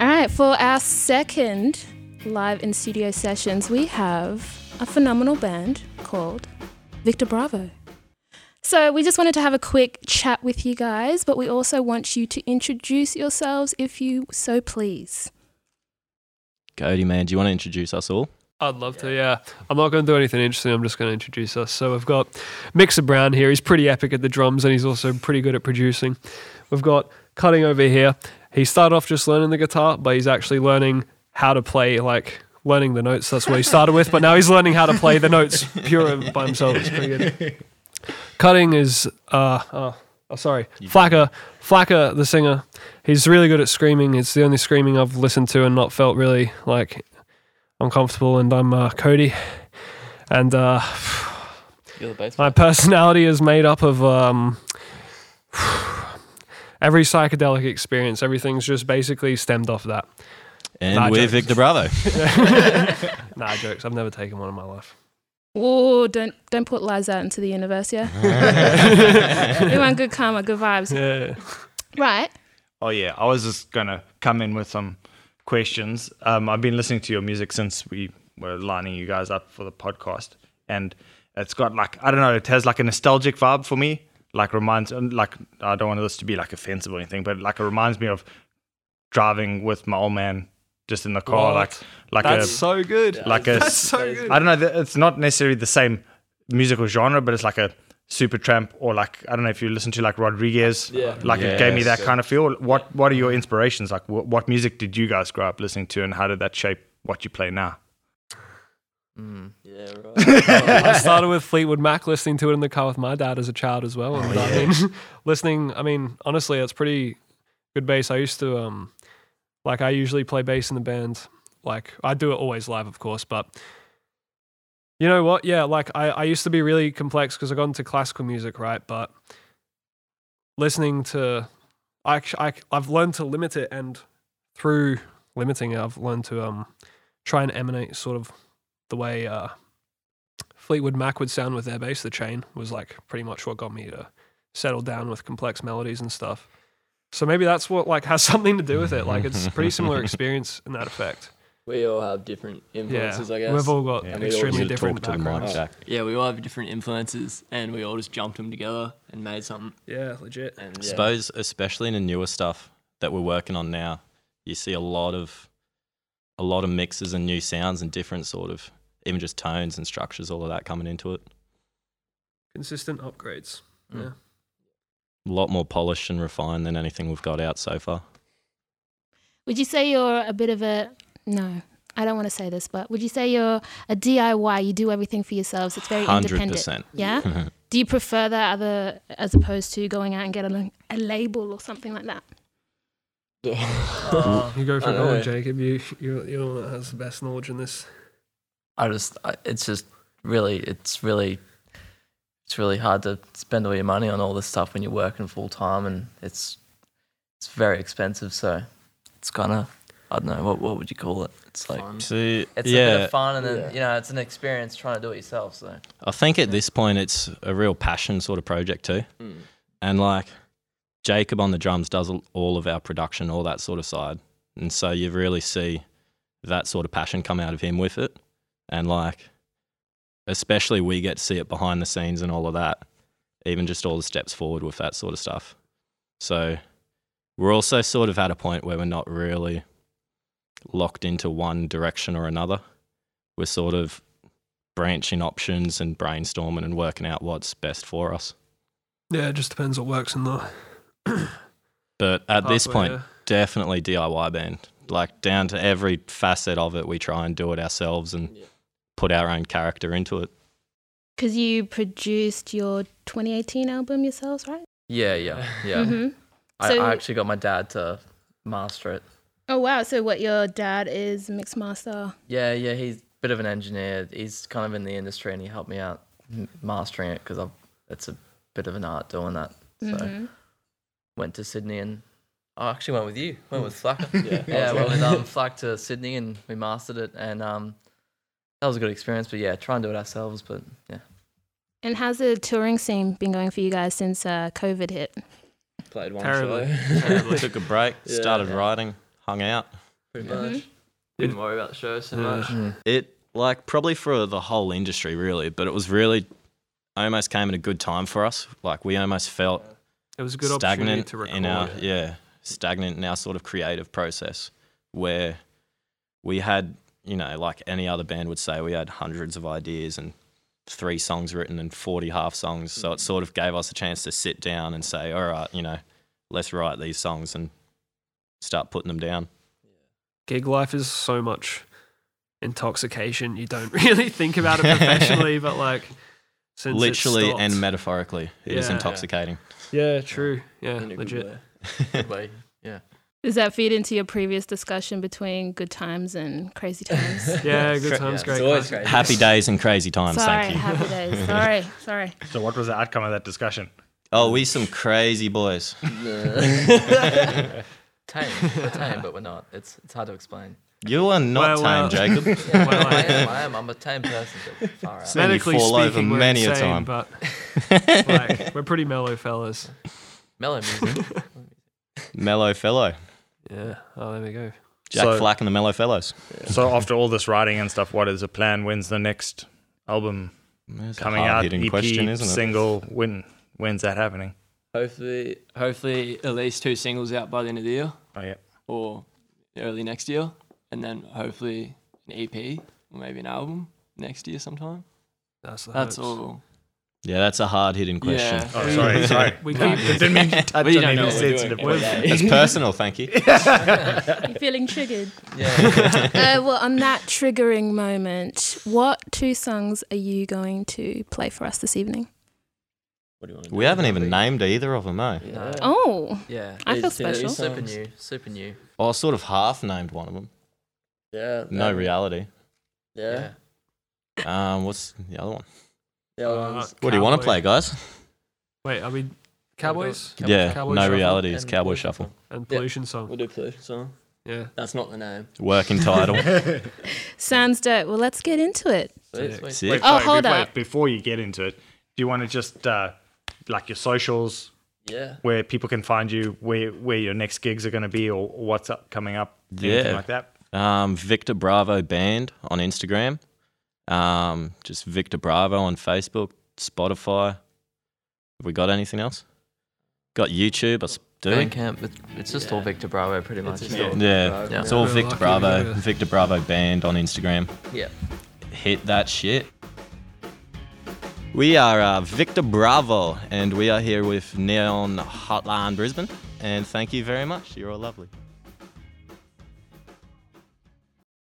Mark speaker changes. Speaker 1: right, for our second live in studio sessions, we have a phenomenal band called Victor Bravo. So, we just wanted to have a quick chat with you guys, but we also want you to introduce yourselves if you so please.
Speaker 2: Cody, man, do you want to introduce us all?
Speaker 3: I'd love to, yeah. I'm not going to do anything interesting. I'm just going to introduce us. So we've got Mixer Brown here. He's pretty epic at the drums and he's also pretty good at producing. We've got Cutting over here. He started off just learning the guitar, but he's actually learning how to play, like learning the notes. That's what he started with. But now he's learning how to play the notes pure by himself. It's pretty good. Cutting is, uh, oh, oh, sorry, Flacker. Flacker, the singer. He's really good at screaming. It's the only screaming I've listened to and not felt really like I'm comfortable and I'm uh, Cody. And uh,
Speaker 4: You're the bass.
Speaker 3: my personality is made up of um, every psychedelic experience. Everything's just basically stemmed off that.
Speaker 2: And
Speaker 3: Nah,
Speaker 2: we're
Speaker 3: jokes.
Speaker 2: Victor Bravo.
Speaker 3: Nah, jokes. I've never taken one in my life.
Speaker 1: Oh, don't don't put lies out into the universe, yeah. we want good karma, good vibes,
Speaker 3: Yeah.
Speaker 1: right?
Speaker 5: Oh yeah, I was just gonna come in with some questions. Um, I've been listening to your music since we were lining you guys up for the podcast, and it's got like I don't know, it has like a nostalgic vibe for me. Like reminds, and, like I don't want this to be like offensive or anything, but like it reminds me of driving with my old man just in the car,
Speaker 3: What?
Speaker 5: Oh, like like
Speaker 3: That's
Speaker 5: a
Speaker 3: so good.
Speaker 5: like a
Speaker 3: That's so good.
Speaker 5: I don't know. th- It's not necessarily the same musical genre, but it's like a Supertramp or like I don't know if you listen to like Rodriguez.
Speaker 4: Yeah.
Speaker 5: Like it gave me
Speaker 2: Yes.
Speaker 5: that kind of feel. What What are your inspirations? Like what, what music did you guys grow up listening to, and how did that shape what you play now?
Speaker 4: Yeah, right.
Speaker 3: I started with Fleetwood Mac, listening to it in the car with my dad as a child as
Speaker 4: Oh,
Speaker 3: well. And I mean, listening, I mean, honestly, it's pretty good bass. I used to, um, like, I usually play bass in the band. Like, I do it always live, of course, but you know what? Yeah, like, I, I used to be really complex because I got into classical music, right? But listening to, I, actu- I, I've learned to limit it, and through limiting it, I've learned to, um, try and emanate sort of the way, uh, Fleetwood Mac would sound with their bass, the chain was like pretty much what got me to settle down with complex melodies and stuff. So maybe that's what like has something to do with it. Like it's a pretty similar experience in that effect.
Speaker 4: we all have different
Speaker 3: Yeah,
Speaker 4: influences, I guess.
Speaker 3: we've all got
Speaker 4: Yeah. And we all
Speaker 3: extremely
Speaker 2: You
Speaker 3: different
Speaker 2: talk to the mic,
Speaker 3: backgrounds.
Speaker 2: Jack.
Speaker 4: yeah, we all have different influences, and we all just jumped them together and made something.
Speaker 3: yeah, legit.
Speaker 4: And yeah,
Speaker 2: Suppose, especially in the newer stuff that we're working on now, you see a lot of a lot of mixes and new sounds and different sort of even just tones and structures, all of that coming into it.
Speaker 3: Consistent upgrades. Yeah.
Speaker 4: Mm.
Speaker 2: A lot more polished and refined than anything we've got out so far.
Speaker 1: Would you say you're a bit of a no? I don't want to say this, but would you say you're a DIY? You do everything for yourselves. It's very
Speaker 2: Hundred
Speaker 1: independent.
Speaker 2: percent.
Speaker 1: Yeah. Do you prefer that other as opposed to going out and get a, a label or something like that?
Speaker 3: You go for
Speaker 4: I
Speaker 3: it,
Speaker 4: know.
Speaker 3: all, Jacob. You you you're the one that has the best knowledge in this.
Speaker 6: I just, I, it's just really, it's really, it's really hard to spend all your money on all this stuff when you're working full time, and it's, it's very expensive. So, it's kind of, I don't know, what what would you call it? It's like,
Speaker 4: Fun.
Speaker 2: See,
Speaker 6: it's
Speaker 2: yeah,
Speaker 6: a bit of fun, and then
Speaker 4: Yeah.
Speaker 6: you know, it's an experience trying to do it yourself. So,
Speaker 2: I think at this point it's a real passion sort of project too.
Speaker 4: Mm.
Speaker 2: And like Jacob on the drums does all- all of our production, all that sort of side. And so you really see that sort of passion come out of him with it. And like, especially we get to see it behind the scenes and all of that, even just all the steps forward with that sort of stuff. So we're also sort of at a point where we're not really locked into one direction or another. We're sort of branching options and brainstorming and working out what's best for us.
Speaker 3: Yeah, it just depends what works in the
Speaker 2: But at this
Speaker 3: pathway,
Speaker 2: point,
Speaker 3: yeah.
Speaker 2: definitely DIY band. Like down to every facet of it, we try and do it ourselves and
Speaker 4: Yeah.
Speaker 2: put our own character into it.
Speaker 1: Because you produced your 2018 album yourselves, right?
Speaker 6: yeah, yeah, yeah.
Speaker 1: hmm
Speaker 6: I,
Speaker 1: So-
Speaker 6: I actually got my dad to master it.
Speaker 1: Oh wow! So what? Your dad is mixed master.
Speaker 6: Yeah, yeah, he's a bit of an engineer. He's kind of in the industry, and he helped me out m- mastering it because it's a bit of an art doing that. So.
Speaker 1: Mhm.
Speaker 6: went to Sydney and I actually went with you. Went with Flack.
Speaker 4: Yeah.
Speaker 6: yeah, went with um, Flack to Sydney and we mastered it, and um, that was a good experience. But yeah, try and do it ourselves. But yeah,
Speaker 1: And how's the touring scene been going for you guys since uh, COVID hit?
Speaker 4: Played one
Speaker 3: Terribly.
Speaker 4: show.
Speaker 2: Took a break,
Speaker 4: Yeah.
Speaker 2: started writing, hung out.
Speaker 6: pretty much.
Speaker 4: Mm.
Speaker 6: Didn't worry about the show so much.
Speaker 2: it like probably for the whole industry really but it was really almost came at a good time for us like we almost felt
Speaker 3: It was a good opportunity
Speaker 2: stagnant
Speaker 3: to record.
Speaker 2: in our yeah stagnant in our sort of creative process where we had you know like any other band would say we had hundreds of ideas and three songs written and 40 half songs so
Speaker 3: Mm-hmm.
Speaker 2: it sort of gave us a chance to sit down and say all right you know let's write these songs and start putting them down
Speaker 3: Gig life is so much intoxication. You don't really think about it professionally, but like since it
Speaker 2: literally
Speaker 3: stopped-
Speaker 2: and metaphorically it is
Speaker 3: Yeah.
Speaker 2: intoxicating
Speaker 3: yeah, true. Yeah,
Speaker 6: In a good
Speaker 3: legit.
Speaker 6: way. Good way.
Speaker 1: Does that feed into your previous discussion between good times and crazy times?
Speaker 3: Yeah, good times, great
Speaker 6: It's always
Speaker 3: times.
Speaker 6: great.
Speaker 2: happy days and crazy times
Speaker 1: sorry,
Speaker 2: thank you
Speaker 1: happy days. Sorry, sorry.
Speaker 5: So, what was the outcome of that discussion?
Speaker 2: Oh, we some crazy boys.
Speaker 6: Tame, we're tame, but we're not. It's it's hard to explain.
Speaker 2: You are not
Speaker 3: Well,
Speaker 2: tame, Jacob.
Speaker 6: Yeah, I am. I am. I'm a tame person, but far out.
Speaker 2: you
Speaker 3: Medically
Speaker 2: fall over
Speaker 3: speaking, we're
Speaker 2: many a time.
Speaker 3: insane, but like, we're pretty mellow fellas.
Speaker 6: Mellow music.
Speaker 2: Mellow fellow.
Speaker 3: Yeah. Oh, there we go.
Speaker 2: Jack
Speaker 5: So-
Speaker 2: Flack and the Mellow Fellows.
Speaker 5: So, after all this writing and stuff, what is the plan? When's the next album
Speaker 2: That's a
Speaker 5: coming out?
Speaker 2: hard-hitting
Speaker 5: EP,
Speaker 2: question, isn't it?
Speaker 5: single. When? When's that happening?
Speaker 4: Hopefully, hopefully at least two singles out by the end of the year
Speaker 5: Oh yeah.
Speaker 4: or early next year, and then hopefully an EP or maybe an album next year sometime.
Speaker 3: That's, the
Speaker 4: That's
Speaker 3: hopes.
Speaker 4: all.
Speaker 2: Yeah, that's a hard hitting question.
Speaker 4: Yeah.
Speaker 5: Oh, sorry, sorry.
Speaker 3: We
Speaker 4: Nah.
Speaker 3: keep
Speaker 5: Didn't mean to touch
Speaker 4: But you
Speaker 5: on
Speaker 4: don't
Speaker 5: any
Speaker 4: know what we're
Speaker 5: sensitive
Speaker 4: doing.
Speaker 5: points.
Speaker 2: It's personal, thank you.
Speaker 1: You're feeling triggered.
Speaker 6: Yeah.
Speaker 1: uh, well, on that triggering moment, what two songs are you going to play for us this evening?
Speaker 6: What do you want
Speaker 2: We haven't even named either of them, eh?
Speaker 6: No.
Speaker 1: Oh,
Speaker 6: Yeah.
Speaker 1: I feel
Speaker 6: It's- it's
Speaker 1: special.
Speaker 6: Super new. Super new.
Speaker 2: Or sort of half named one of them.
Speaker 7: Yeah.
Speaker 2: No
Speaker 7: um,
Speaker 2: reality.
Speaker 7: Yeah.
Speaker 6: Yeah.
Speaker 2: Um, what's the other one?
Speaker 7: The other ones.
Speaker 2: What do you want to play, guys?
Speaker 3: Wait, are we Cowboys
Speaker 6: Cowboy
Speaker 2: yeah,
Speaker 3: Shuffle.
Speaker 2: no
Speaker 3: Shuffle
Speaker 2: reality is
Speaker 6: and
Speaker 2: Cowboy
Speaker 6: Blue
Speaker 2: Shuffle.
Speaker 3: and
Speaker 7: Yeah.
Speaker 3: Pollution Song?
Speaker 7: We'll do pollution song.
Speaker 3: Yeah.
Speaker 7: That's not the name.
Speaker 2: Working title.
Speaker 1: sounds dope. Well, let's get into it.
Speaker 6: Sweet,
Speaker 3: Sick.
Speaker 6: sweet.
Speaker 2: Sick.
Speaker 1: Oh,
Speaker 5: sorry,
Speaker 1: hold
Speaker 5: before,
Speaker 1: up.
Speaker 5: Before you get into it, do you want to just uh, like your socials,
Speaker 7: Yeah.
Speaker 5: where people can find you, where where your next gigs are going to be, or what's up coming up,
Speaker 2: Yeah.
Speaker 5: anything like that?
Speaker 2: Um, Victor Bravo Band on Instagram. Um, just Victor Bravo on Facebook, Spotify. Have we got anything else? Got YouTube. Us doing.
Speaker 6: Bandcamp. It's, it's just all Victor Bravo, pretty much.
Speaker 7: just
Speaker 6: Yeah.
Speaker 7: all-
Speaker 2: Yeah,
Speaker 6: Yeah.
Speaker 2: it's all
Speaker 3: We're
Speaker 2: Victor
Speaker 3: lucky
Speaker 2: Bravo.
Speaker 3: we got it.
Speaker 2: Victor Bravo Band on Instagram.
Speaker 7: Yeah.
Speaker 2: Hit that shit. We are uh, Victor Bravo, and we are here with Neon Hotline Brisbane. And thank you very much. You're all lovely.